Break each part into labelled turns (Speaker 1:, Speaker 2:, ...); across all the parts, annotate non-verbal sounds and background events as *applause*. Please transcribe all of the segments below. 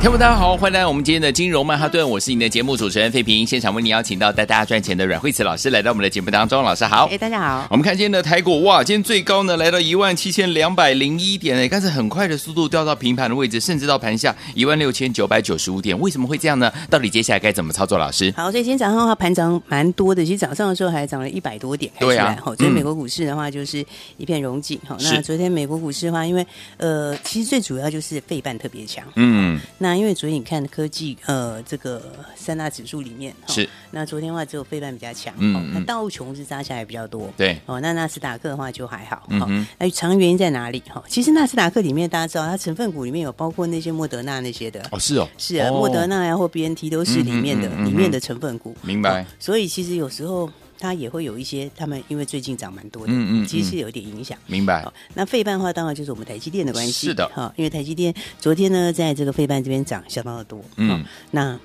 Speaker 1: 听众们大家好，欢迎来到我们今天的金融曼哈顿，我是你的节目主持人费平。现场为你邀请到带大家赚钱的阮慧慈老师来到我们的节目当中，老师好
Speaker 2: 哎、。大家好。
Speaker 1: 我们看今天的台股，哇，今天最高呢来到一万七千两百零一点，哎，但是很快的速度掉到平盘的位置，甚至到盘下一万六千九百九十五点，为什么会这样呢？到底接下来该怎么操作？老师，
Speaker 2: 好，所以今天早上的话，盘涨蛮多的。其实早上的时候还涨了一百多点开
Speaker 1: 对
Speaker 2: 始
Speaker 1: 啊
Speaker 2: 来，好、所以
Speaker 1: 嗯
Speaker 2: 美国股市的话就是一片荣景。好、
Speaker 1: 是
Speaker 2: 那昨天美国股市的话，因为呃，其实最主要就是费半特别强。
Speaker 1: 嗯，
Speaker 2: 那因为昨天你看科技呃这个三大指数里面，哦
Speaker 1: 是
Speaker 2: 那昨天的话只有费半比较强，
Speaker 1: 嗯
Speaker 2: 哦那
Speaker 1: 嗯
Speaker 2: 道琼是扎下来比较多，
Speaker 1: 对
Speaker 2: 哦，那纳斯达克的话就还好，
Speaker 1: 嗯
Speaker 2: 哦
Speaker 1: 哼
Speaker 2: 那长原因在哪里？哈、哦，其实纳斯达克里面大家知道，它成分股里面有包括那些莫德纳那些的，
Speaker 1: 哦，是哦，
Speaker 2: 是啊，
Speaker 1: 哦
Speaker 2: 莫德纳呀或 BNT 都是里面的
Speaker 1: 嗯哼嗯哼
Speaker 2: 里面的成分股，
Speaker 1: 明白
Speaker 2: 哦所以其实有时候它也会有一些，他们因为最近涨蛮多的，
Speaker 1: 嗯嗯嗯
Speaker 2: 其实是有点影响。
Speaker 1: 明白
Speaker 2: 哦，那费半的话，当然就是我们台积电的关系。
Speaker 1: 是的
Speaker 2: 哈、因为台积电昨天呢，在这个费半这边涨相当的多。
Speaker 1: 嗯
Speaker 2: 哦那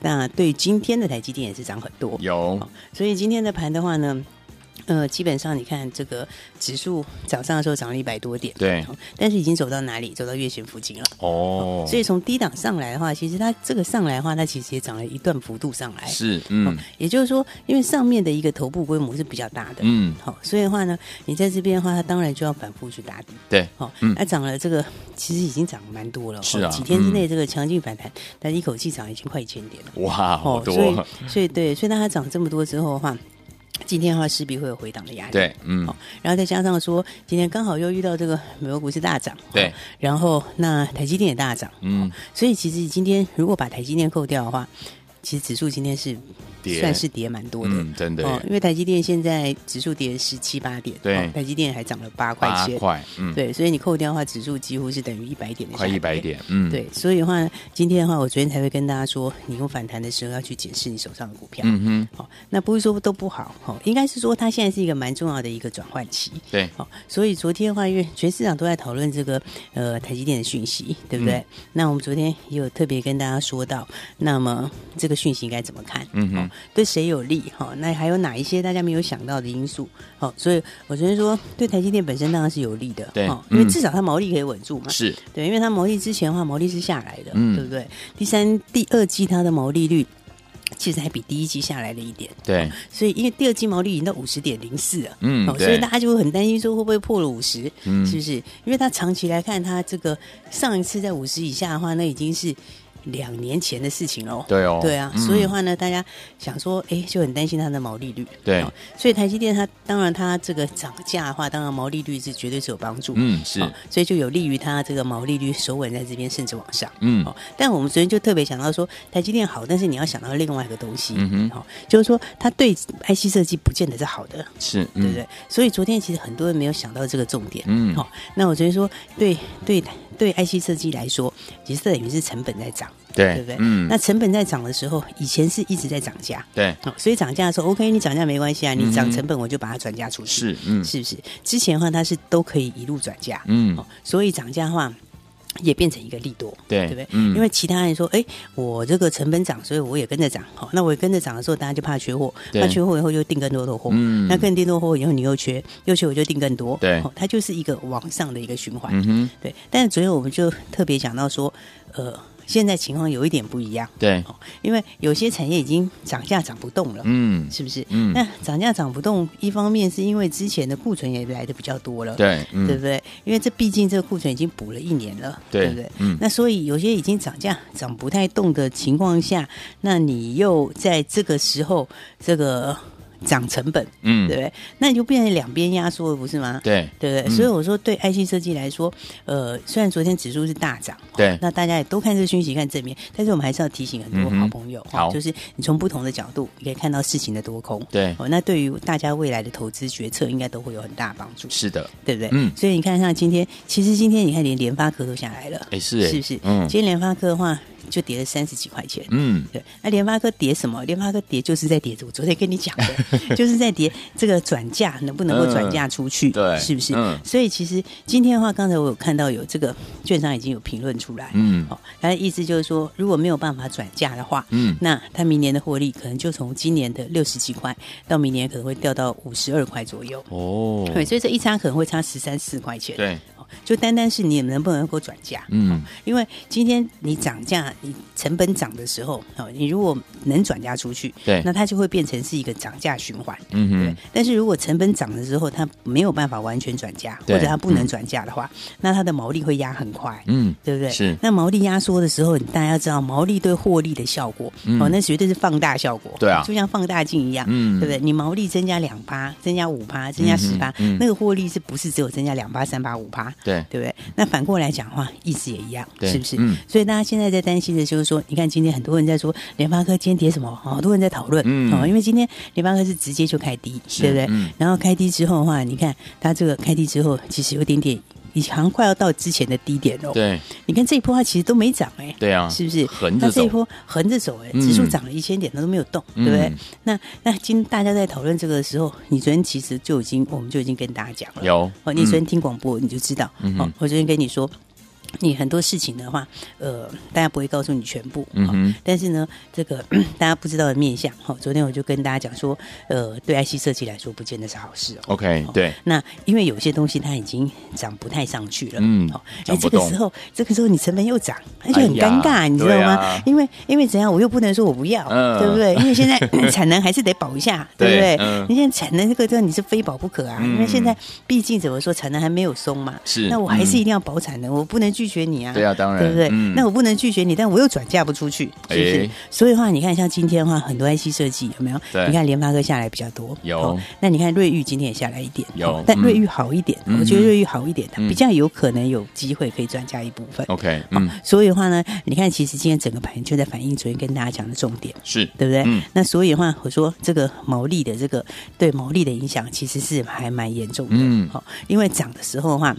Speaker 2: 那对今天的台积电也是涨很多。
Speaker 1: 有
Speaker 2: 哦所以今天的盘的话呢，呃，基本上你看这个指数早上的时候涨了一百多点，
Speaker 1: 对
Speaker 2: 哦，但是已经走到哪里？走到月线附近了。
Speaker 1: 哦，
Speaker 2: 所以从低档上来的话，其实它这个上来的话，它其实也涨了一段幅度上来。
Speaker 1: 是
Speaker 2: 哦，
Speaker 1: 嗯
Speaker 2: 也就是说，因为上面的一个头部规模是比较大的，
Speaker 1: 嗯，
Speaker 2: 好、所以的话呢，你在这边的话，它当然就要反复去打底。
Speaker 1: 对，
Speaker 2: 好、哦，那、
Speaker 1: 嗯
Speaker 2: 涨了这个，其实已经涨蛮多了。
Speaker 1: 是啊
Speaker 2: 哦几天之内这个强劲反弹，但一口气涨已经快一千点了。
Speaker 1: 哇，好
Speaker 2: 哦所以
Speaker 1: 多，啊
Speaker 2: 所以对，所以当它涨这么多之后的话，今天的话势必会有回档的压力。
Speaker 1: 对，嗯
Speaker 2: 好，然后再加上说，今天刚好又遇到这个美国股市大涨，
Speaker 1: 对，
Speaker 2: 然后那台积电也大涨，
Speaker 1: 嗯，
Speaker 2: 所以其实今天如果把台积电扣掉的话，其实指数今天是
Speaker 1: 跌
Speaker 2: 算是跌蛮多的。
Speaker 1: 嗯，真的
Speaker 2: 哦，因为台积电现在指数跌十七八点，
Speaker 1: 对
Speaker 2: 哦台积电还涨了八块
Speaker 1: 八
Speaker 2: 钱，
Speaker 1: 块，嗯，
Speaker 2: 对，所以你扣掉的话，指数几乎是等于一百点的，
Speaker 1: 快一百。点，嗯，
Speaker 2: 对，所以的话，今天的话，我昨天才会跟大家说，你用反弹的时候要去检视你手上的股票。
Speaker 1: 嗯哼，
Speaker 2: 好、那不是说都不好，哦，应该是说它现在是一个蛮重要的一个转换期。
Speaker 1: 对，
Speaker 2: 好、所以昨天的话，因为全市场都在讨论这个呃台积电的讯息，对不
Speaker 1: 嗯
Speaker 2: 对？那我们昨天也有特别跟大家说到，那么这个讯息应该怎么看？
Speaker 1: 嗯哼
Speaker 2: 哦对谁有利？哈、那还有哪一些大家没有想到的因素？好、所以我昨天说，对台积电本身当然是有利的，
Speaker 1: 对
Speaker 2: 哦
Speaker 1: 嗯
Speaker 2: 因为至少它毛利可以稳住嘛。
Speaker 1: 是，
Speaker 2: 对，因为它毛利之前的话，毛利是下来的，
Speaker 1: 嗯
Speaker 2: 对不对？第三、第二季它的毛利率其实还比第一季下来了一点，
Speaker 1: 对，
Speaker 2: 所以因为第二季毛利已经到五十点零四了。
Speaker 1: 嗯，
Speaker 2: 哦，
Speaker 1: 对
Speaker 2: 所以大家就会很担心说会不会破了五十、
Speaker 1: 嗯
Speaker 2: 是不是？因为它长期来看，它这个上一次在五十以下的话，那已经是两年前的事情喽。
Speaker 1: 对哦，
Speaker 2: 对啊，
Speaker 1: 嗯
Speaker 2: 所以的话呢，大家想说，哎，就很担心它的毛利率。
Speaker 1: 对
Speaker 2: 哦所以台积电它当然它这个涨价的话，当然毛利率是绝对是有帮助。
Speaker 1: 嗯是
Speaker 2: 哦所以就有利于它这个毛利率守稳在这边，甚至往上。
Speaker 1: 嗯
Speaker 2: 哦，但我们昨天就特别想到说，台积电好，但是你要想到另外一个东西，
Speaker 1: 嗯哼
Speaker 2: 哦，就是说它对 IC 设计不见得是好的，
Speaker 1: 是，
Speaker 2: 对
Speaker 1: 嗯
Speaker 2: 不对？所以昨天其实很多人没有想到这个重点。
Speaker 1: 嗯
Speaker 2: 好、那我昨天说，对对对，IC 设计来说，其实等于是成本在涨，
Speaker 1: 对
Speaker 2: 对不对？
Speaker 1: 嗯
Speaker 2: 那成本在涨的时候，以前是一直在涨价，
Speaker 1: 对
Speaker 2: 哦，所以涨价的时候，OK，你涨价没关系啊，你
Speaker 1: 嗯
Speaker 2: 涨
Speaker 1: 哼
Speaker 2: 成本我就把它转嫁出去，
Speaker 1: 是，嗯
Speaker 2: 是不是？之前的话，它是都可以一路转嫁，
Speaker 1: 嗯
Speaker 2: 哦，所以涨价的话。也变成一个利多，
Speaker 1: 对
Speaker 2: 对不对？
Speaker 1: 嗯
Speaker 2: 因为其他人说，哎，我这个成本涨，所以我也跟着涨。好、那我也跟着涨的时候，大家就怕缺货，
Speaker 1: 对
Speaker 2: 怕缺货以后就订更多的货，
Speaker 1: 嗯
Speaker 2: 那更订多货以后你又缺，又缺我就订更多，
Speaker 1: 对
Speaker 2: 哦它就是一个往上的一个循环，
Speaker 1: 嗯哼
Speaker 2: 对。但是昨天我们就特别讲到说，呃，现在情况有一点不一样，
Speaker 1: 对
Speaker 2: 哦，因为有些产业已经涨价涨不动了，
Speaker 1: 嗯
Speaker 2: 是不是？
Speaker 1: 嗯
Speaker 2: 那涨价涨不动，一方面是因为之前的库存也来的比较多了，
Speaker 1: 对
Speaker 2: 对
Speaker 1: 嗯
Speaker 2: 不对？因为这毕竟这个库存已经补了一年了，
Speaker 1: 对
Speaker 2: 不对？
Speaker 1: 嗯
Speaker 2: 那所以有些已经涨价涨不太动的情况下，那你又在这个时候这个涨成本，
Speaker 1: 嗯
Speaker 2: 对不对？那你就变成两边压缩了，不是吗？
Speaker 1: 对
Speaker 2: 对不对？
Speaker 1: 嗯
Speaker 2: 所以我说，对 IC 设计来说，呃，虽然昨天指数是大涨，
Speaker 1: 对
Speaker 2: 那大家也都看这个讯息，看正面，但是我们还是要提醒很多
Speaker 1: 嗯哼
Speaker 2: 好朋友，
Speaker 1: 好
Speaker 2: 就是你从不同的角度，你可以看到事情的多空，
Speaker 1: 对
Speaker 2: 哦，那对于大家未来的投资决策，应该都会有很大帮助，
Speaker 1: 是的，
Speaker 2: 对不对？
Speaker 1: 嗯
Speaker 2: 所以你看，像今天，其实今天你看连联发科都下来了，
Speaker 1: 哎是哎
Speaker 2: 是不是？
Speaker 1: 嗯
Speaker 2: 今天联发科的话，就跌了三十几块钱。
Speaker 1: 嗯，
Speaker 2: 对，那联发科跌什么？联发科跌就是在跌，我昨天跟你讲
Speaker 1: *laughs*
Speaker 2: 的，就是在跌这个转嫁能不能够转嫁出去，
Speaker 1: 嗯对
Speaker 2: 是不是？
Speaker 1: 嗯
Speaker 2: 所以其实今天的话，刚才我有看到有这个券商已经有评论出来，
Speaker 1: 嗯
Speaker 2: 哦，他的意思就是说，如果没有办法转嫁的话，
Speaker 1: 嗯
Speaker 2: 那他明年的获利可能就从今年的六十几块到明年可能会掉到五十二块左右，
Speaker 1: 哦，
Speaker 2: *laughs* 对，所以这一差可能会差十三四块钱，
Speaker 1: 对，
Speaker 2: 哦，就单单是你能不能够转嫁，
Speaker 1: 嗯
Speaker 2: 因为今天你涨价，你成本涨的时候，哦，你如果能转嫁出去，
Speaker 1: 对
Speaker 2: 那它就会变成是一个涨价循环。
Speaker 1: 嗯
Speaker 2: 对
Speaker 1: 哼，，
Speaker 2: 但是如果成本涨的时候，它没有办法完全转嫁，或
Speaker 1: 对
Speaker 2: 者它不能转嫁的话，那它的毛利会压很快，
Speaker 1: 嗯
Speaker 2: 对不对？
Speaker 1: 是
Speaker 2: 那毛利压缩的时候，大家要知道毛利对获利的效果，
Speaker 1: 嗯
Speaker 2: 哦，那绝对是放大效果，
Speaker 1: 对啊
Speaker 2: 就像放大镜一样，
Speaker 1: 嗯
Speaker 2: 对不对？你毛利增加两趴，增加五趴，增加十趴，
Speaker 1: 嗯嗯
Speaker 2: 那个获利是不是只有增加两趴、三趴、五趴？
Speaker 1: 对，
Speaker 2: 对不对？那反过来讲的话，意思也一样，
Speaker 1: 对
Speaker 2: 是不是？
Speaker 1: 嗯
Speaker 2: 所以大家现在在担心的就是说，你看今天很多人在说联发科今天跌什么，好多人在讨论，
Speaker 1: 嗯
Speaker 2: 哦，因为今天联发科是直接就开低，对不对？
Speaker 1: 嗯
Speaker 2: 然后开低之后的话，你看它这个开低之后，其实有点点，已经好像快要到之前的低点哦。
Speaker 1: 对
Speaker 2: 你看这一波它其实都没涨哎、
Speaker 1: 对啊，
Speaker 2: 是不是？
Speaker 1: 横
Speaker 2: 它
Speaker 1: 着
Speaker 2: 这一
Speaker 1: 走，
Speaker 2: 波横着走哎、
Speaker 1: 嗯
Speaker 2: 指数涨了一千点，它都没有动，对不对
Speaker 1: 嗯？
Speaker 2: 那那今天大家在讨论这个的时候，你昨天其实就已经，我们就已经跟大家讲了，
Speaker 1: 有嗯
Speaker 2: 哦，你昨天听广播你就知道。
Speaker 1: 嗯哼
Speaker 2: 哦，我昨天跟你说，你很多事情的话，呃，大家不会告诉你全部。哦
Speaker 1: 嗯哼
Speaker 2: 但是呢，这个 *clears throat* 大家不知道的面向，哈、哦，昨天我就跟大家讲说，呃，对 IC 设计来说，不见得是好事哦。
Speaker 1: ，OK，
Speaker 2: 哦
Speaker 1: 对，
Speaker 2: 那因为有些东西它已经涨不太上去了，
Speaker 1: 嗯
Speaker 2: 好，哎，
Speaker 1: 涨
Speaker 2: 这
Speaker 1: 不
Speaker 2: 个
Speaker 1: 动
Speaker 2: 时候，这个时候你成本又涨，那就很
Speaker 1: 哎呀
Speaker 2: 尴尬，你知道
Speaker 1: 对
Speaker 2: 吗？
Speaker 1: 啊
Speaker 2: 因为因为怎样，我又不能说我不要，
Speaker 1: 嗯
Speaker 2: 对不对？因为现在产能还是得保一下，对不
Speaker 1: *laughs* 对
Speaker 2: 对？
Speaker 1: 嗯
Speaker 2: 你现在产能这个这个你是非保不可啊，
Speaker 1: 嗯
Speaker 2: 因为现在毕竟怎么说，产能还没有松嘛，
Speaker 1: 是
Speaker 2: 那我还
Speaker 1: 嗯
Speaker 2: 是一定要保产能，我不能拒绝你啊，
Speaker 1: 对啊，当然，
Speaker 2: 对不对？
Speaker 1: 嗯
Speaker 2: 那我不能拒绝你，但我又转嫁不出去，是不是？
Speaker 1: 哎
Speaker 2: 所以的话，你看像今天的话，很多 IC 设计有没有？
Speaker 1: 对
Speaker 2: 你看联发科下来比较多，
Speaker 1: 有
Speaker 2: 那你看瑞昱今天也下来一点，
Speaker 1: 有
Speaker 2: 哦但
Speaker 1: 嗯
Speaker 2: 瑞昱好一点，
Speaker 1: 嗯哼
Speaker 2: 我觉得瑞昱好一点，它
Speaker 1: 嗯
Speaker 2: 比较有可能有机会可以转嫁一部分。
Speaker 1: OK，嗯
Speaker 2: 好，所以的话呢，你看，其实今天整个盘就在反映昨天跟大家讲的重点，
Speaker 1: 是，
Speaker 2: 对不对？
Speaker 1: 嗯
Speaker 2: 那所以的话，我说这个毛利的这个对毛利的影响其实是还蛮严重的，
Speaker 1: 嗯
Speaker 2: 好、因为涨的时候的话。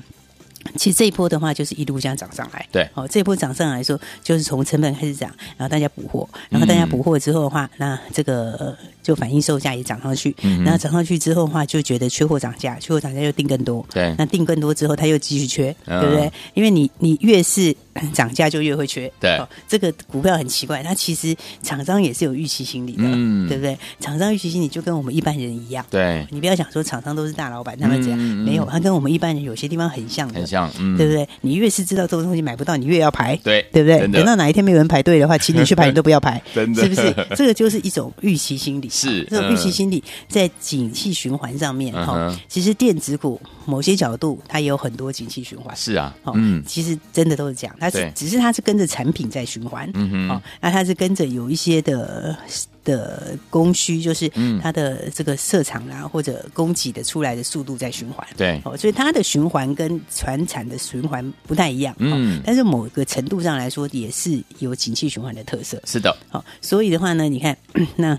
Speaker 2: 其实这一波的话，就是一路这样涨上来。
Speaker 1: 对
Speaker 2: 哦，这一波涨上来说，就是从成本开始涨，然后大家补货，然后大家补货之后的话，那这个、呃就反映售价也涨上去，
Speaker 1: 嗯哼
Speaker 2: 然后涨上去之后的话，就觉得缺货涨价，缺货涨价又定更多，
Speaker 1: 对
Speaker 2: 那定更多之后，它又继续缺，
Speaker 1: 嗯
Speaker 2: 对不对？因为你你越是涨价，就越会缺。哦
Speaker 1: 对
Speaker 2: 这个股票很奇怪，它其实厂商也是有预期心理的，
Speaker 1: 嗯
Speaker 2: 对不对？厂商预期心理就跟我们一般人一样。
Speaker 1: 对，
Speaker 2: 你不要想说厂商都是大老板，他们这
Speaker 1: 嗯
Speaker 2: 样、
Speaker 1: 嗯嗯
Speaker 2: 没有，他跟我们一般人有些地方很像的，
Speaker 1: 很像，嗯，
Speaker 2: 对不对？你越是知道这种东西买不到，你越要排，
Speaker 1: 对
Speaker 2: 对不对？
Speaker 1: 真的
Speaker 2: 等到哪一天没有人排队的话，请你去排，你都不要排，
Speaker 1: *laughs* 真的
Speaker 2: 是不是？这个就是一种预期心理，
Speaker 1: 是
Speaker 2: 这种预期
Speaker 1: 嗯
Speaker 2: 心理在景气循环上面哈、
Speaker 1: 嗯哼
Speaker 2: 其实电子股某些角度它也有很多景气循环。
Speaker 1: 是啊
Speaker 2: 哦，，
Speaker 1: 嗯
Speaker 2: 其实真的都是这样，它是
Speaker 1: 对
Speaker 2: 只是它是跟着产品在循环，
Speaker 1: 嗯
Speaker 2: 哦
Speaker 1: 哼，，
Speaker 2: 那它是跟着有一些的的供需，就是
Speaker 1: 嗯
Speaker 2: 它的这个设厂啦或者供给的出来的速度在循环，
Speaker 1: 对，
Speaker 2: 哦，所以它的循环跟船产的循环不太一样，
Speaker 1: 嗯
Speaker 2: 嗯，但是某个程度上来说，也是有景气循环的特色，
Speaker 1: 是的，
Speaker 2: 好、所以的话呢，你看那。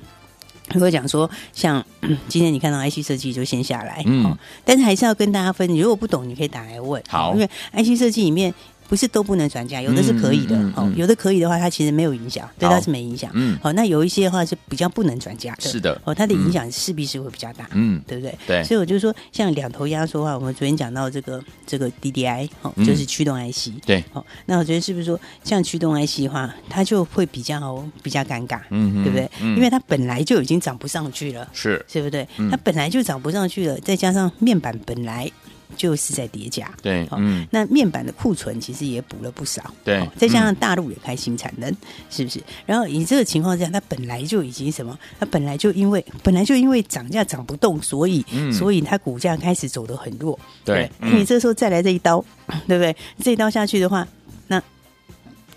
Speaker 2: 如果讲说像今天你看到 IC 设计就先下来，
Speaker 1: 嗯
Speaker 2: 哦，但是还是要跟大家分，你如果不懂你可以打来问，哦
Speaker 1: 好
Speaker 2: 因为 IC 设计里面不是都不能转嫁，有的是可以
Speaker 1: 嗯
Speaker 2: 的，
Speaker 1: 嗯嗯
Speaker 2: 哦
Speaker 1: 嗯，
Speaker 2: 有的可以的话，它其实没有影响，对
Speaker 1: 好
Speaker 2: 它是没影响，哦
Speaker 1: 嗯
Speaker 2: 好、那有一些的话是比较不能转嫁的，
Speaker 1: 是的
Speaker 2: 哦，它的影响势必是会比较大，
Speaker 1: 嗯，
Speaker 2: 对不对？
Speaker 1: 对
Speaker 2: 所以我就说，像两头压缩的话，我们昨天讲到这个这个 DDI 哦，
Speaker 1: 嗯
Speaker 2: 就是驱动 IC。
Speaker 1: 对，
Speaker 2: 哦，那我觉得是不是说，像驱动 IC 的话，它就会比较比较尴尬，
Speaker 1: 嗯哼
Speaker 2: 对不对？
Speaker 1: 嗯
Speaker 2: 因为它本来就已经涨不上去了，
Speaker 1: 是，
Speaker 2: 对不对？
Speaker 1: 嗯
Speaker 2: 它本来就涨不上去了，再加上面板本来就是在叠加，
Speaker 1: 对，
Speaker 2: 好
Speaker 1: 嗯，
Speaker 2: 那面板的库存其实也补了不少，
Speaker 1: 对
Speaker 2: 哦
Speaker 1: 嗯
Speaker 2: 再加上大陆也开新产能，是不是？然后以这个情况之下，它本来就已经什么？它本来就因为本来就因为涨价涨不动，所以、
Speaker 1: 嗯
Speaker 2: 所以它股价开始走得很弱，
Speaker 1: 对
Speaker 2: 不那你
Speaker 1: 嗯
Speaker 2: 这时候再来这一刀，对不对？这一刀下去的话，那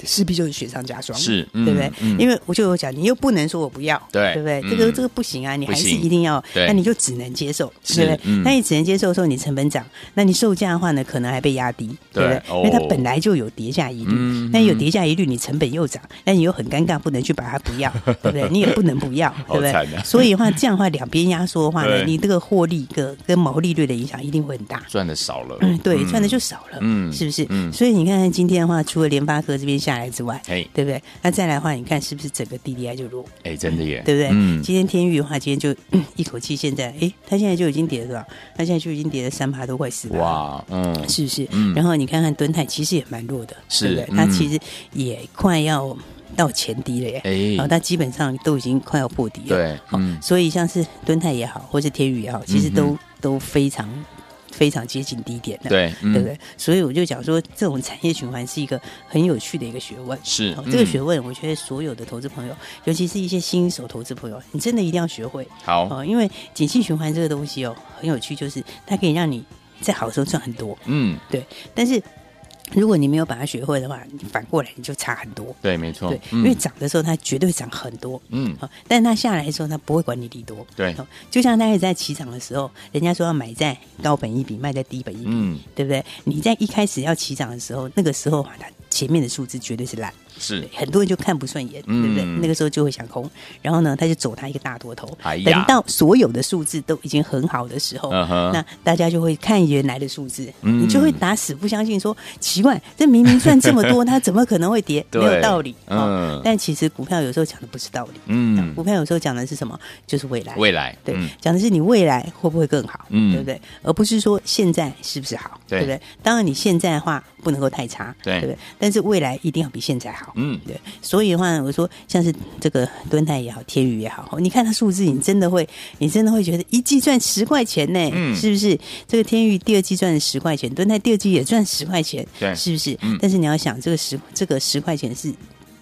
Speaker 2: 势必就是雪上加霜，
Speaker 1: 是，嗯
Speaker 2: 对不对？
Speaker 1: 嗯
Speaker 2: 因为我就有讲，你又不能说我不要，
Speaker 1: 对
Speaker 2: 对不对？
Speaker 1: 嗯
Speaker 2: 这个这个不行啊，你还
Speaker 1: 不
Speaker 2: 是
Speaker 1: 行
Speaker 2: 一定要，
Speaker 1: 对
Speaker 2: 那你就只能接受，
Speaker 1: 是
Speaker 2: 对不对？
Speaker 1: 嗯
Speaker 2: 那你只能接受的时候，你成本涨，那你售价的话呢，可能还被压低，
Speaker 1: 对
Speaker 2: 对
Speaker 1: 哦
Speaker 2: 不对？那它本来就有叠价疑虑
Speaker 1: 嗯，
Speaker 2: 那有叠价疑虑，你成本又涨，那你又很尴尬，不能去把它不
Speaker 1: *laughs*
Speaker 2: 要，对不对？你也不能不要，对不对
Speaker 1: 好惨啊？
Speaker 2: 所以的话，这样的话，两边压缩的话呢
Speaker 1: 对，
Speaker 2: 你这个获利跟跟毛利率的影响一定会很大。
Speaker 1: 赚的少了
Speaker 2: 嗯，，对，
Speaker 1: 嗯
Speaker 2: 赚的就少了，
Speaker 1: 嗯
Speaker 2: 是不是？
Speaker 1: 嗯
Speaker 2: 所以你看看今天的话，除了联发科这边下下来之外，
Speaker 1: 哎
Speaker 2: 对不对？那再来的话，你看是不是整个 DDI 就弱，
Speaker 1: 哎，真的耶，
Speaker 2: 对不对？
Speaker 1: 嗯，
Speaker 2: 今天天域的话，今天就、嗯一口气，现在哎，它现在就已经跌了多少？它现在就已经跌了三趴多，快四趴。
Speaker 1: 哇，嗯，
Speaker 2: 是不是？
Speaker 1: 嗯
Speaker 2: 然后你看看敦泰，其实也蛮弱的，
Speaker 1: 是
Speaker 2: 对不对？它
Speaker 1: 嗯
Speaker 2: 其实也快要到前低了耶，
Speaker 1: 哎
Speaker 2: 然后它基本上都已经快要破底了，
Speaker 1: 对
Speaker 2: 好
Speaker 1: 嗯
Speaker 2: 所以像是敦泰也好，或是天宇也好，其实都、都非常非常接近低点的，
Speaker 1: 对，嗯
Speaker 2: 对不对？所以我就讲说，这种产业循环是一个很有趣的一个学问。
Speaker 1: 是
Speaker 2: 好这个
Speaker 1: 嗯
Speaker 2: 学问，我觉得所有的投资朋友，尤其是一些新手投资朋友，你真的一定要学会。
Speaker 1: 好，
Speaker 2: 哦，因为景气循环这个东西哦，很有趣，就是它可以让你在好的时候赚很多，
Speaker 1: 嗯，
Speaker 2: 对。但是如果你没有把它学会的话，你反过来你就差很多，
Speaker 1: 对，没错
Speaker 2: 对，，因
Speaker 1: 嗯
Speaker 2: 为涨的时候它绝对涨很多。
Speaker 1: 嗯，
Speaker 2: 好，但是它下来的时候，它不会管你利多。
Speaker 1: 对
Speaker 2: 哦，就像它一直在起涨的时候，人家说要买在高本一比，卖在低本一比，
Speaker 1: 嗯
Speaker 2: 对不对？你在一开始要起涨的时候，那个时候啊它前面的数字绝对是烂，
Speaker 1: 是
Speaker 2: 很多人就看不顺眼，
Speaker 1: 嗯
Speaker 2: 对不对？那个时候就会想空，然后呢，他就走他一个大多头。
Speaker 1: 哎呀
Speaker 2: 等到所有的数字都已经很好的时候，
Speaker 1: 嗯哼
Speaker 2: 那大家就会看原来的数字，
Speaker 1: 嗯
Speaker 2: 你就会打死不相信说，奇怪，这明明赚这么
Speaker 1: *laughs*
Speaker 2: 多，它怎么可能会跌？没有
Speaker 1: 对
Speaker 2: 道理。哦
Speaker 1: 嗯
Speaker 2: 但其实股票有时候讲的不是道理，
Speaker 1: 嗯
Speaker 2: 股票有时候讲的是什么？就是未来。
Speaker 1: 未来，
Speaker 2: 对
Speaker 1: 嗯，
Speaker 2: 讲的是你未来会不会更好，
Speaker 1: 嗯
Speaker 2: 对不对？而不是说现在是不是好，
Speaker 1: 对
Speaker 2: 不对？当然，你现在的话不能够太差，
Speaker 1: 对
Speaker 2: 不对？但是未来一定要比现在好，
Speaker 1: 嗯
Speaker 2: 对。所以的话，我说像是这个敦泰也好，天宇也好，哦你看它数字，你真的会，你真的会觉得一季赚十块钱呢，
Speaker 1: 嗯
Speaker 2: 是不是？这个天宇第二季赚了十块钱，敦泰第二季也赚十块钱，
Speaker 1: 对
Speaker 2: 是不是？
Speaker 1: 嗯
Speaker 2: 但是你要想，这个十这个十块钱是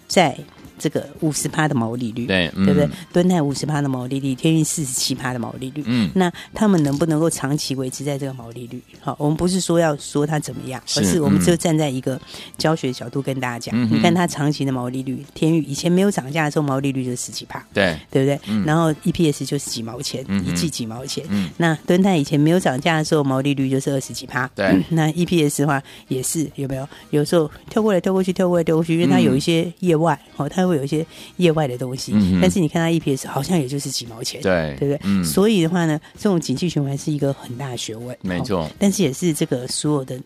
Speaker 2: 在这个五十趴的毛利率，
Speaker 1: 对嗯
Speaker 2: 对不对？敦泰五十趴的毛利率，天运四十七趴的毛利率，
Speaker 1: 嗯
Speaker 2: 那他们能不能够长期维持在这个毛利率？好，我们不是说要说它怎么样，
Speaker 1: 是
Speaker 2: 而是我们
Speaker 1: 嗯
Speaker 2: 就站在一个教学角度跟大家讲，
Speaker 1: 嗯哼
Speaker 2: 你看它长期的毛利率，天运以前没有涨价的时候，毛利率就是十几趴。
Speaker 1: 对，
Speaker 2: 对不对？
Speaker 1: 嗯
Speaker 2: 然后 EPS 就是几毛钱，
Speaker 1: 嗯哼
Speaker 2: 一季几毛钱。
Speaker 1: 嗯
Speaker 2: 那敦泰以前没有涨价的时候，毛利率就是二十几趴。
Speaker 1: 对
Speaker 2: 嗯那 EPS 的话也是有没有？有时候跳过来跳过去，跳过来跳过去，因为它
Speaker 1: 嗯
Speaker 2: 有一些业外、哦，它会有一些业外的东西。
Speaker 1: 嗯哼
Speaker 2: 但是你看它 EPS 好像也就是几毛钱，
Speaker 1: 对，
Speaker 2: 对不对？
Speaker 1: 嗯，
Speaker 2: 所以的话呢，这种景气循环是一个很大的学问，
Speaker 1: 没
Speaker 2: 哦
Speaker 1: 错，
Speaker 2: 但是也是这个所有的。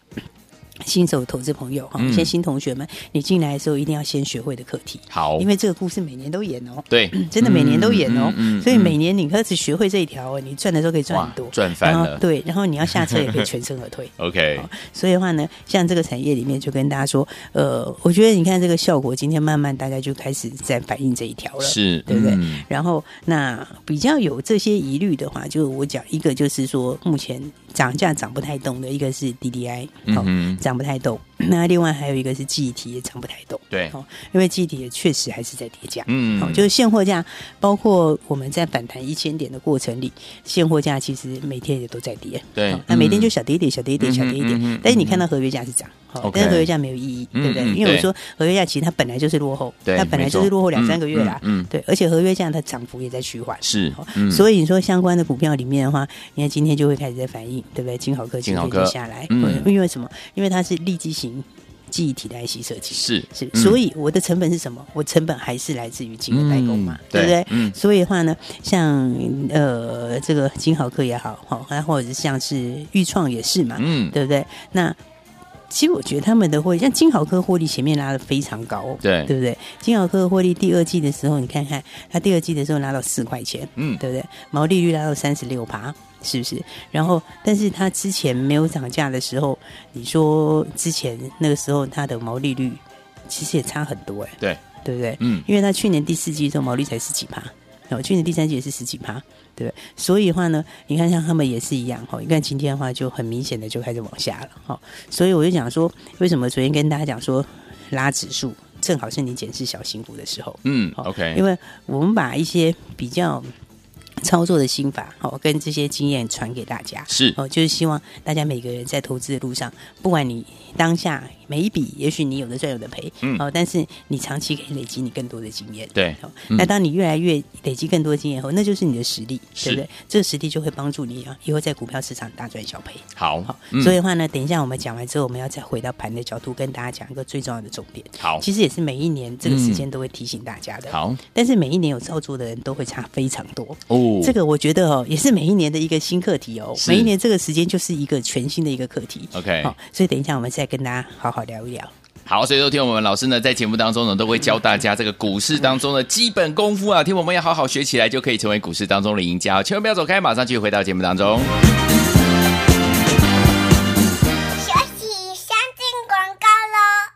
Speaker 2: 新手投资朋友哈，
Speaker 1: 嗯
Speaker 2: 一些新同学们，你进来的时候一定要先学会的课题，
Speaker 1: 好
Speaker 2: 因，为这个故事每年都演哦。
Speaker 1: 对，
Speaker 2: *clears throat* 真的每年都演哦，
Speaker 1: 嗯嗯嗯
Speaker 2: 所以每
Speaker 1: 嗯
Speaker 2: 年你开始学会这一条哦，你赚的时候可以赚很多
Speaker 1: 哇，赚翻了
Speaker 2: 然后对，然后你要下车也可以全身而退。
Speaker 1: OK，
Speaker 2: 好 *laughs* 所以的话呢，像这个产业里面，就跟大家说，呃，我觉得你看这个效果，今天慢慢大家就开始在反映这一条了，
Speaker 1: 是，
Speaker 2: 对不对？
Speaker 1: 嗯
Speaker 2: 然后那比较有这些疑虑的话，就我讲一个，就是说目前涨价涨不太动的，一个是 DDI，
Speaker 1: 嗯
Speaker 2: 好、
Speaker 1: 哼
Speaker 2: 涨不太动。 *clears throat* 那另外还有一个是记忆体也涨不太动，
Speaker 1: 对
Speaker 2: 哦，因为记忆体也确实还是在跌价，
Speaker 1: 嗯
Speaker 2: 哦，就是现货价，包括我们在反弹一千点的过程里，现货价其实每天也都在跌，
Speaker 1: 对
Speaker 2: 哦那、每天就小跌一点，小跌一点，
Speaker 1: 嗯
Speaker 2: 小跌一点，
Speaker 1: 嗯哼
Speaker 2: 但是你看到合约价是涨。哦
Speaker 1: OK
Speaker 2: 但是合约价没有意义，
Speaker 1: 嗯
Speaker 2: 对不对？
Speaker 1: 嗯
Speaker 2: 因为我
Speaker 1: 对
Speaker 2: 说合约价其实它本来就是落后，
Speaker 1: 对
Speaker 2: 它本来
Speaker 1: 没错
Speaker 2: 就是落后两三个月啦，
Speaker 1: 嗯嗯嗯
Speaker 2: 对，而且合约价它涨幅也在趋缓，
Speaker 1: 是
Speaker 2: 哦
Speaker 1: 嗯
Speaker 2: 所以你说相关的股票里面的话，你看今天就会开始在反映，对不对？金豪科今
Speaker 1: 金豪
Speaker 2: 天
Speaker 1: 科
Speaker 2: 就下来，
Speaker 1: 嗯
Speaker 2: 因为什么？因为它是立基型记忆体的 IC 设计，
Speaker 1: 是
Speaker 2: 是，
Speaker 1: 嗯
Speaker 2: 所以我的成本是什么？我成本还是来自于金额代工嘛
Speaker 1: 嗯，
Speaker 2: 对不
Speaker 1: 对
Speaker 2: 对？
Speaker 1: 嗯
Speaker 2: 所以的话呢，像呃这个金豪科也好，哈，然后或者是像是豫创也是嘛，
Speaker 1: 嗯，
Speaker 2: 对不对？那其实我觉得他们的获利，像金豪科获利前面拉的非常高、哦
Speaker 1: 对
Speaker 2: 对不对？金豪科的获利第二季的时候，你看看它第二季的时候拿到四块钱，
Speaker 1: 嗯，
Speaker 2: 对不对？毛利率拉到三十六趴，是不是？然后，但是它之前没有涨价的时候，你说之前那个时候它的毛利率其实也差很多哎、
Speaker 1: 对，
Speaker 2: 对不对？
Speaker 1: 嗯
Speaker 2: 因为它去年第四季的时候毛利才十几趴，哦，去年第三季也是十几趴，对不对？所以的话呢，你看像他们也是一样哈，哦你看今天的话就很明显的就开始往下了哈、哦，所以我就讲说，为什么昨天跟大家讲说拉指数，正好是你检视小型股的时候，
Speaker 1: 嗯
Speaker 2: 哦
Speaker 1: ，OK，
Speaker 2: 因
Speaker 1: 为
Speaker 2: 为我们把一些比较操作的心法，哦，跟这些经验传给大家。
Speaker 1: 是
Speaker 2: 哦，就是希望大家每个人在投资的路上，不管你当下每一笔，也许你有的赚有的赔，
Speaker 1: 嗯
Speaker 2: 哦，但是你长期可以累积你更多的经验，
Speaker 1: 对
Speaker 2: 哦
Speaker 1: 嗯
Speaker 2: 那当你越来越累积更多经验后，那就是你的实力，
Speaker 1: 是
Speaker 2: 对不对？这个实力就会帮助你啊，以后在股票市场大赚小赔。
Speaker 1: 好
Speaker 2: 好，，
Speaker 1: 嗯
Speaker 2: 所以的话呢，等一下我们讲完之后，我们要再回到盘的角度跟大家讲一个最重要的重点。
Speaker 1: 好，
Speaker 2: 其实也是每一年这个时间都会提醒大家的。
Speaker 1: 好
Speaker 2: 但是每一年有操作的人都会差非常多。
Speaker 1: 哦，
Speaker 2: 这个我觉得哦，也是每一年的一个新课题哦。
Speaker 1: 是
Speaker 2: 每一年这个时间就是一个全新的一个课题。哦
Speaker 1: OK
Speaker 2: 好、所以等一下我们再跟大家好好聊一聊。
Speaker 1: 好，所以说听我们老师呢，在节目当中呢，都会教大家这个股市当中的基本功夫啊，听我们要好好学起来，就可以成为股市当中的赢家哦。千万不要走开，马上继续回到节目当中。
Speaker 3: 学习先进广告喽。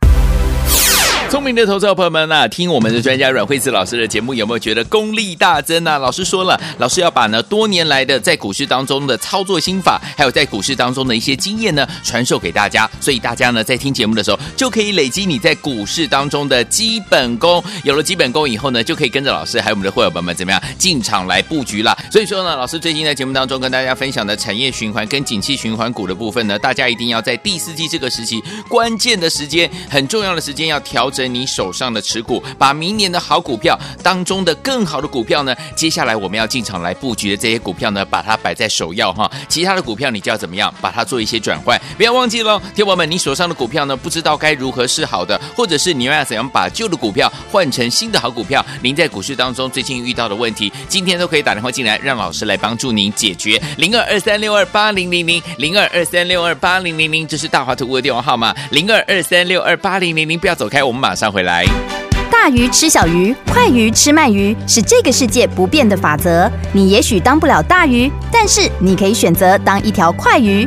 Speaker 1: 聪明的投资者朋友们呐、啊听我们的专家阮慧慈老师的节目，有没有觉得功力大增啊？老师说了，老师要把呢多年来的在股市当中的操作心法，还有在股市当中的一些经验呢，传授给大家。所以大家呢在听节目的时候，就可以累积你在股市当中的基本功。有了基本功以后呢，就可以跟着老师还有我们的会员朋友们怎么样进场来布局啦。所以说呢，老师最近在节目当中跟大家分享的产业循环跟景气循环股的部分呢，大家一定要在第四季这个时期关键的时间、很重要的时间要调整你手上的持股，把明年的好股票当中的更好的股票呢，接下来我们要进场来布局的这些股票呢，把它摆在首要哈。其他的股票你就要怎么样，把它做一些转换，不要忘记喽，天王们，你手上的股票呢，不知道该如何是好的，或者是你要怎样把旧的股票换成新的好股票，您在股市当中最近遇到的问题，今天都可以打电话进来，让老师来帮助您解决。零二二三六二八零零零零二二三六二八零零零，这是大华图的电话号码，零二二三六二八零零零，不要走开，我们马上回来。
Speaker 4: 大鱼吃小鱼，快鱼吃慢鱼，是这个世界不变的法则。你也许当不了大鱼，但是你可以选择当一条快鱼。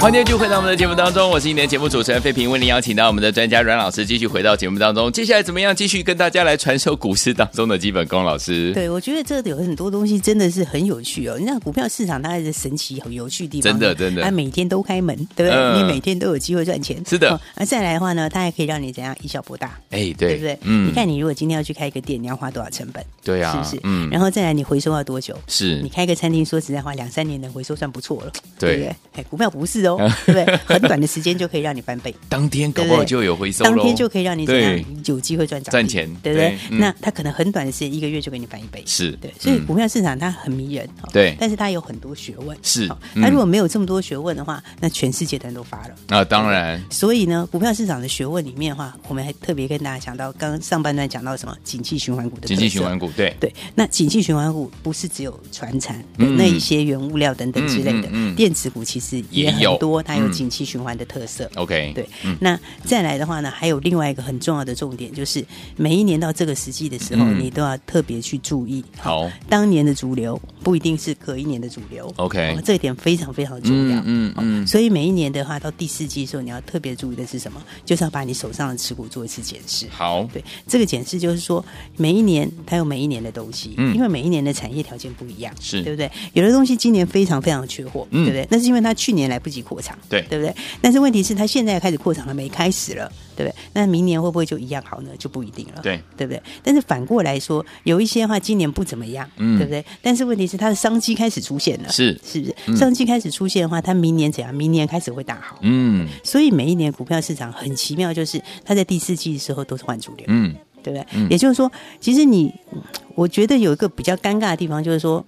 Speaker 1: 欢迎继续回到我们的节目当中，我是你的节目主持人费平，为您邀请到我们的专家阮老师继续回到节目当中。接下来怎么样继续跟大家来传授股市当中的基本功？老师，
Speaker 2: 对，我觉得这个有很多东西真的是很有趣哦。你看股票市场它是神奇、很有趣的地方，哦啊
Speaker 1: 真的真的
Speaker 2: 它每天都开门，对不对？
Speaker 1: 嗯
Speaker 2: 你每天都有机会赚钱，
Speaker 1: 是的
Speaker 2: 哦那、再来的话呢，它还可以让你怎样以小博大，
Speaker 1: 哎，
Speaker 2: 对
Speaker 1: 对
Speaker 2: 不对？你
Speaker 1: 嗯，
Speaker 2: 看你如果今天要去开一个店，你要花多少成本？
Speaker 1: 对啊，
Speaker 2: 是不是？
Speaker 1: 嗯，
Speaker 2: 然后再来你回收要多久？
Speaker 1: 是
Speaker 2: 你开个餐厅，说实在话，两三年能回收算不错了，
Speaker 1: 嗯对
Speaker 2: 不对？哎，股票不
Speaker 1: *laughs*
Speaker 2: 是哦，对不对？很短的时间就可以让你翻倍，
Speaker 1: 当天搞
Speaker 2: 对
Speaker 1: 不
Speaker 2: 不
Speaker 1: 好
Speaker 2: 对
Speaker 1: 就有 *laughs* 回收喽，
Speaker 2: 当天就可以让你怎
Speaker 1: 对
Speaker 2: 样有机会赚涨停
Speaker 1: 赚钱
Speaker 2: 对不对
Speaker 1: 对？嗯
Speaker 2: 那它可能很短的时间，一个月就给你翻一倍，
Speaker 1: 是
Speaker 2: 对。所以
Speaker 1: 嗯
Speaker 2: 股票市场它很迷人，哦
Speaker 1: 对
Speaker 2: 但是它有很多学问，
Speaker 1: 是
Speaker 2: 哦
Speaker 1: 嗯
Speaker 2: 它如果没有这么多学问的话，那全世界的人都发了。
Speaker 1: 啊，当然
Speaker 2: 所以呢，股票市场的学问里面的话，我们还特别跟大家讲到，刚刚上半段讲到什么景气循环股的
Speaker 1: 经济
Speaker 2: 特色
Speaker 1: 循环股，对，
Speaker 2: 对，那景气循环股不是只有船产、
Speaker 1: 嗯
Speaker 2: 那一些原物料等等之类
Speaker 1: 嗯
Speaker 2: 的，
Speaker 1: 嗯嗯
Speaker 2: 电子股其实也很
Speaker 1: 也有
Speaker 2: 多，它有
Speaker 1: 嗯哦
Speaker 2: 景气循环的特色。
Speaker 1: ，OK，
Speaker 2: 对，那再来的话呢，还有另外一个很重要的重点，就是每一年到这个时季的时候，
Speaker 1: 嗯
Speaker 2: 你都要特别去注意。
Speaker 1: 好
Speaker 2: 当年的主流不一定是隔一年的主流。
Speaker 1: ，OK，
Speaker 2: 哦这一点非常非常重要。
Speaker 1: 嗯嗯嗯
Speaker 2: 哦所以每一年的话，到第四季的时候，你要特别注意的是什么？就是要把你手上的持股做一次检视。
Speaker 1: 嗯好，
Speaker 2: 对，这个检视就是说，每一年它有每一年的东西，
Speaker 1: 嗯
Speaker 2: 因为每一年的产业条件不一样，
Speaker 1: 是
Speaker 2: 对不对？有的东西今年非常非常缺货，
Speaker 1: 嗯
Speaker 2: 对不对？那是因为它去年来不及扩厂，
Speaker 1: 对
Speaker 2: 对不对？但是问题是，它现在开始扩厂了，没开始了，对不对？那明年会不会就一样好呢？就不一定了，
Speaker 1: 对
Speaker 2: 对不对？但是反过来说，有一些话今年不怎么样，
Speaker 1: 嗯
Speaker 2: 对不对？但是问题是，它的商机开始出现了，
Speaker 1: 是
Speaker 2: 是不
Speaker 1: 嗯
Speaker 2: 是？商机开始出现的话，它明年怎样？明年开始会大好。
Speaker 1: 嗯
Speaker 2: 所以每一年股票市场很奇妙，就是它在第四季的时候都是换主流，
Speaker 1: 嗯，
Speaker 2: 对不对？
Speaker 1: 嗯
Speaker 2: 也就是说，其实你，嗯我觉得有一个比较尴尬的地方，就是说，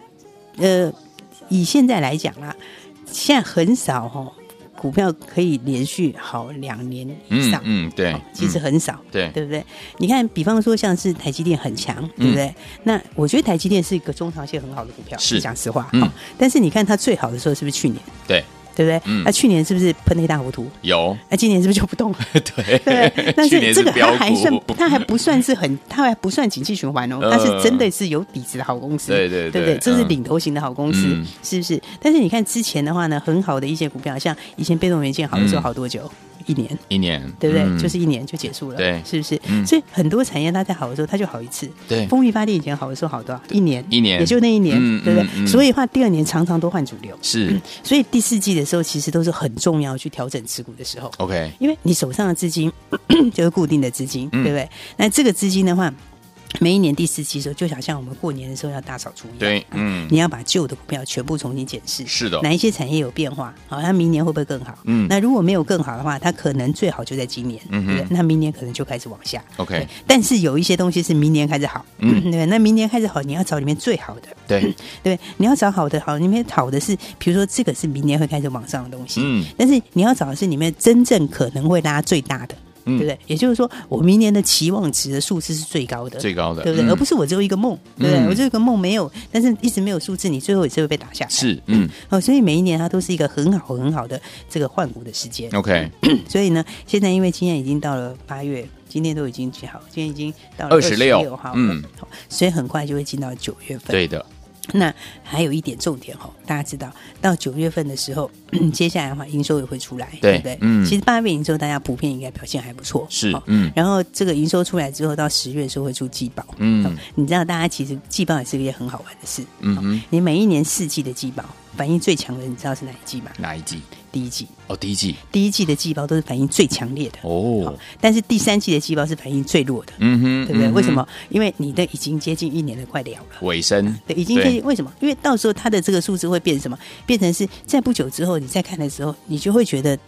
Speaker 2: 呃，以现在来讲啦，现在很少哈、哦，股票可以连续好两年以
Speaker 1: 嗯
Speaker 2: 上，
Speaker 1: 嗯，对
Speaker 2: 哦，其实
Speaker 1: 嗯
Speaker 2: 很少。
Speaker 1: 对，嗯
Speaker 2: 对不对？你看，比方说像是台积电很强，对不对？那我觉得台积电是一个中长线很好的股票，
Speaker 1: 是
Speaker 2: 讲实话、
Speaker 1: 嗯
Speaker 2: 哦。但是你看它最好的时候是不是去年？
Speaker 1: 对，
Speaker 2: 对不对？
Speaker 1: 嗯
Speaker 2: 那、去年是不是喷了一大糊涂？
Speaker 1: 有，
Speaker 2: 那、今年是不是就不动了？ *laughs* 对
Speaker 1: *laughs* 对，
Speaker 2: 但
Speaker 1: 去
Speaker 2: 是
Speaker 1: 年
Speaker 2: 这
Speaker 1: 是
Speaker 2: 个
Speaker 1: 标
Speaker 2: 它还算
Speaker 1: *laughs* 股，，
Speaker 2: 它还不算是很，它还不算景气循环哦，
Speaker 1: 嗯
Speaker 2: 它是真的是有底子的好公司，
Speaker 1: 对对对
Speaker 2: 对不对？这是
Speaker 1: 嗯
Speaker 2: 领头型的好公司
Speaker 1: 嗯，
Speaker 2: 是不是？但是你看之前的话呢，很好的一些股票，像以前被动元件好的时候，
Speaker 1: 嗯
Speaker 2: 好多久？一年，
Speaker 1: 一年，
Speaker 2: 对不对？
Speaker 1: 嗯
Speaker 2: 就是一年就结束了，
Speaker 1: 对
Speaker 2: 是不是
Speaker 1: 嗯？
Speaker 2: 所以很多产业它在好的时候，它就好一次。
Speaker 1: 对
Speaker 2: 风力发电以前好的时候好多少？一年，
Speaker 1: 一年
Speaker 2: 也就那一年
Speaker 1: 嗯，
Speaker 2: 对不
Speaker 1: 嗯嗯
Speaker 2: 对？所以的话第二年常常都换主流，
Speaker 1: 是
Speaker 2: 所以第四季的时候其实都是很重要去调整持股的时候。
Speaker 1: OK，
Speaker 2: 因为你手上的资金 *coughs* 就是固定的资金，
Speaker 1: 嗯
Speaker 2: 对不对？那这个资金的话，每一年第四期的时候，就想像我们过年的时候要大扫除一样，
Speaker 1: 对，嗯，
Speaker 2: 你要把旧的股票全部重新检视，
Speaker 1: 是的，
Speaker 2: 哪一些产业有变化，好，那明年会不会更好？
Speaker 1: 嗯
Speaker 2: 那如果没有更好的话，它可能最好就在今年，
Speaker 1: 嗯哼
Speaker 2: 对不对？那明年可能就开始往下。
Speaker 1: OK
Speaker 2: 对但是有一些东西是明年开始好，
Speaker 1: 嗯
Speaker 2: 对不对，那明年开始好，你要找里面最好的，
Speaker 1: 对，
Speaker 2: 对，你要找好的，好，里面好的是，比如说这个是明年会开始往上的东西，
Speaker 1: 嗯
Speaker 2: 但是你要找的是里面真正可能会拉最大的，
Speaker 1: 嗯
Speaker 2: 对不对？也就是说，我明年的期望值的数字是最高的，
Speaker 1: 最高的，
Speaker 2: 对不对？
Speaker 1: 嗯
Speaker 2: 而不是我只有一个梦，对不
Speaker 1: 嗯
Speaker 2: 对？我只有一个梦没有，但是一直没有数字，你最后也是会被打下来。
Speaker 1: 是，嗯
Speaker 2: 哦，所以每一年它都是一个很好很好的这个换股的时间。
Speaker 1: ，OK，
Speaker 2: 所以呢，现在因为今天已经到了八月，今天都已经几号？今天已经到了
Speaker 1: 26
Speaker 2: 号，
Speaker 1: 嗯
Speaker 2: 嗯，所以很快就会进到九月份。
Speaker 1: 对的，
Speaker 2: 那还有一点重点哦，大家知道，到九月份的时候， *clears throat* 接下来的话营收也会出来，
Speaker 1: 对
Speaker 2: 不对？
Speaker 1: 嗯
Speaker 2: 其实八月营收大家普遍应该表现还不错，
Speaker 1: 是
Speaker 2: 哦，
Speaker 1: 嗯
Speaker 2: 然后这个营收出来之后，到十月的时候会出季报，
Speaker 1: 嗯
Speaker 2: 哦你知道大家其实季报也是一件很好玩的事，
Speaker 1: 嗯
Speaker 2: 哦
Speaker 1: 哼，
Speaker 2: 你每一年四季的季报反应最强的，你知道是哪一季吗？
Speaker 1: 哪一季？
Speaker 2: 第一季，
Speaker 1: 哦，第一季，
Speaker 2: 第一季的季报都是反应最强烈的，
Speaker 1: 哦，
Speaker 2: 但是第三季的季报是反应最弱的，
Speaker 1: 嗯哼，
Speaker 2: 对不对？
Speaker 1: 嗯哼
Speaker 2: 为什么？因为你的已经接近一年的快了了。
Speaker 1: 尾声？
Speaker 2: 对，已经可以为什么？因为到时候它的这个数字会变什么？变成是在不久之后你再看的时候，你就会觉得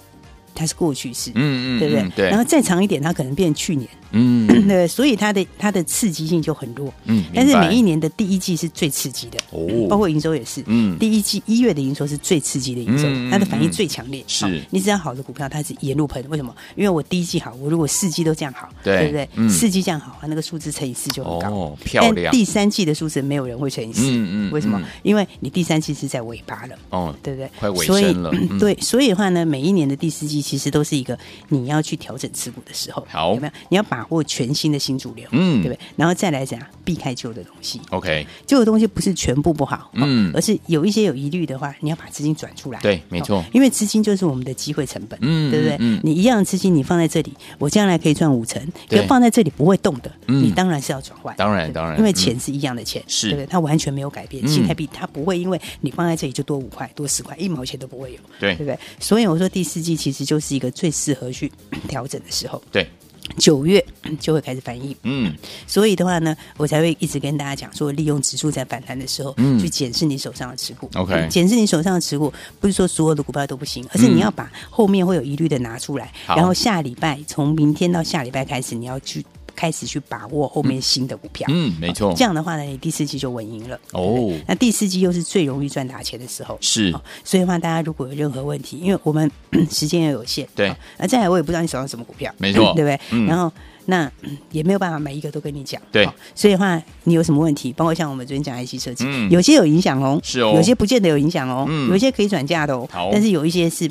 Speaker 2: 它是过去式，
Speaker 1: 嗯嗯，
Speaker 2: 对不对？
Speaker 1: 嗯对，
Speaker 2: 然后再长一点，它可能变去年，
Speaker 1: 嗯
Speaker 2: 对不对，所以它的它的刺激性就很弱。
Speaker 1: 嗯，
Speaker 2: *coughs* 但是
Speaker 1: 明白
Speaker 2: 每一年的第一季是最刺激的，
Speaker 1: 哦
Speaker 2: 包括营收也是。
Speaker 1: 嗯
Speaker 2: 第一季一月的营收是最刺激的营收，
Speaker 1: 嗯嗯
Speaker 2: 它的反应
Speaker 1: 嗯
Speaker 2: 最强烈。
Speaker 1: 是
Speaker 2: 你只要好的股票，它是沿路喷。为什么？因为我第一季好，我如果四季都这样好，
Speaker 1: 对
Speaker 2: 不对？
Speaker 1: 嗯
Speaker 2: 四季这样好，那个数字乘以四就很高。
Speaker 1: 哦，漂亮
Speaker 2: 但，第三季的数字没有人会乘以四，
Speaker 1: 嗯嗯
Speaker 2: 为什么
Speaker 1: 嗯？
Speaker 2: 因为你第三季是在尾巴了，
Speaker 1: 哦，
Speaker 2: 对不对？
Speaker 1: 快尾
Speaker 2: 所以
Speaker 1: 声了，嗯，
Speaker 2: 对，所以的话呢，每一年的第四季其实都是一个你要去调整持股的时候，
Speaker 1: 好
Speaker 2: 有没有？你要把握全新的新主流，
Speaker 1: 嗯
Speaker 2: 对不对？然后再来讲避开旧的东西，
Speaker 1: OK，
Speaker 2: 旧的东西不是全部不好，
Speaker 1: 嗯
Speaker 2: 嗯，而是有一些有疑虑的话，你要把资金转出来，
Speaker 1: 对没错
Speaker 2: 哦因为资金就是我们的机会成本，
Speaker 1: 嗯
Speaker 2: 嗯，对不对？
Speaker 1: 嗯嗯
Speaker 2: 你一样的资金你放在这里，我将来可以赚五成，
Speaker 1: 对
Speaker 2: 可放在这里不会动的，
Speaker 1: 嗯
Speaker 2: 你当然是要转换，
Speaker 1: 当然
Speaker 2: 对不对
Speaker 1: 当然
Speaker 2: 因为
Speaker 1: 嗯
Speaker 2: 钱是一样的钱，
Speaker 1: 是
Speaker 2: 对不对？它完全没有改变，
Speaker 1: 嗯
Speaker 2: 新台币它不会因为你放在这里就多五块、多十块，一毛钱都不会有，
Speaker 1: 对
Speaker 2: 对不对？所以我说第四季其实就是一个最适合去调整的时候，
Speaker 1: 对，
Speaker 2: 九月就会开始翻译，
Speaker 1: 嗯，
Speaker 2: 所以的话呢，我才会一直跟大家讲说，利用指数在反弹的时候，
Speaker 1: 嗯
Speaker 2: 去检视你手上的持股。
Speaker 1: OK 嗯
Speaker 2: 嗯检视你手上的持股，不是说所有的股票都不行，而是你要把后面会有疑虑的拿出来，
Speaker 1: 好
Speaker 2: 然后下礼拜从明天到下礼拜开始，你要去开始去把握后面新的股票。
Speaker 1: 嗯，没错
Speaker 2: 这，样的话呢，你第四季就稳赢了。对不
Speaker 1: 哦
Speaker 2: 对那第四季又是最容易赚大钱的时候。
Speaker 1: 是
Speaker 2: 哦，所以的话，大家如果有任何问题，因为我们 *clears throat* 时间也有限，
Speaker 1: 对
Speaker 2: 哦那、再来我也不知道你手上什么股票，
Speaker 1: 没错
Speaker 2: 对不对？
Speaker 1: 嗯
Speaker 2: 然后那 *clears throat* 嗯也没有办法每一个都跟你讲，
Speaker 1: 对
Speaker 2: 所以的话，你有什么问题，包括像我们昨天讲的 IC 设计，
Speaker 1: 嗯
Speaker 2: 有些有影响哦，
Speaker 1: 是哦
Speaker 2: 有些不见得有影响哦，
Speaker 1: 嗯
Speaker 2: 有些可以转嫁的哦
Speaker 1: 好，
Speaker 2: 但是有一些是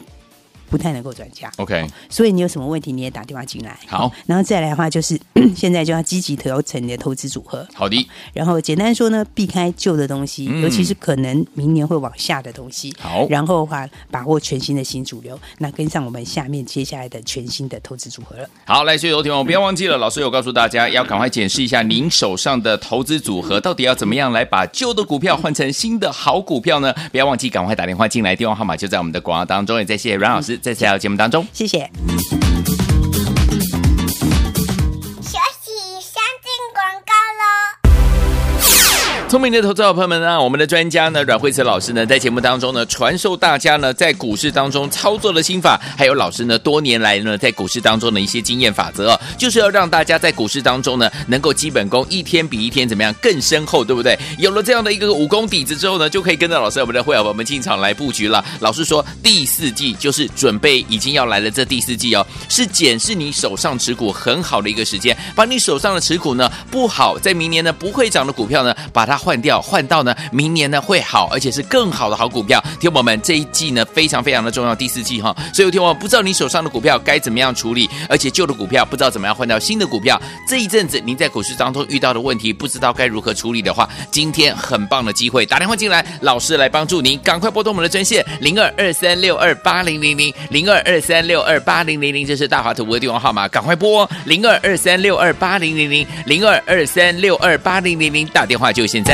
Speaker 2: 不太能够转嫁。
Speaker 1: OK，
Speaker 2: 所以你有什么问题，你也打电话进来。
Speaker 1: 好
Speaker 2: 哦然后再来的话，就是 *clears throat* 现在就要积极调整你的投资组合。
Speaker 1: 好的，
Speaker 2: 然后简单说呢，避开旧的东西，
Speaker 1: 嗯
Speaker 2: 尤其是可能明年会往下的东西。
Speaker 1: 好
Speaker 2: 然后的话，把握全新的新主流，那跟上我们下面接下来的全新的投资组合了。
Speaker 1: 好，来，所以有听我不要忘记了，老师有告诉大家，要赶快检视一下您手上的投资组合，到底要怎么样来把旧的股票换成新的好股票呢？不要忘记赶快打电话进来，电话号码就在我们的广告当中。也再谢谢阮老师在这条节目当中。
Speaker 2: 谢谢。
Speaker 3: 学习先进广告喽。
Speaker 1: 聪明的投资者朋友们啊，我们的专家呢阮慧慈老师呢，在节目当中呢，传授大家呢在股市当中操作的心法，还有老师呢多年来呢在股市当中的一些经验法则哦，就是要让大家在股市当中呢能够基本功一天比一天怎么样更深厚，对不对？有了这样的一个武功底子之后呢，就可以跟着老师我们的会员我们进场来布局了。老师说第四季就是准备已经要来了，这第四季哦是检视你手上持股很好的一个时间，把你手上的持股呢不好，在明年呢不会涨的股票呢，把它换掉，换到呢明年呢会好，而且是更好的好股票。听我们这一季呢非常非常的重要，第四季哈，所以听我不知道你手上的股票该怎么样处理，而且旧的股票不知道怎么样换到新的股票，这一阵子您在股市当中遇到的问题不知道该如何处理的话，今天很棒的机会，打电话进来，老师来帮助您，赶快拨通我们的专线零二二三六二八零零零零二二三六二八零零零，这是大华图的电话号码，赶快拨零二二三六二八零零零零二二三六二八零零零，打电话就现在。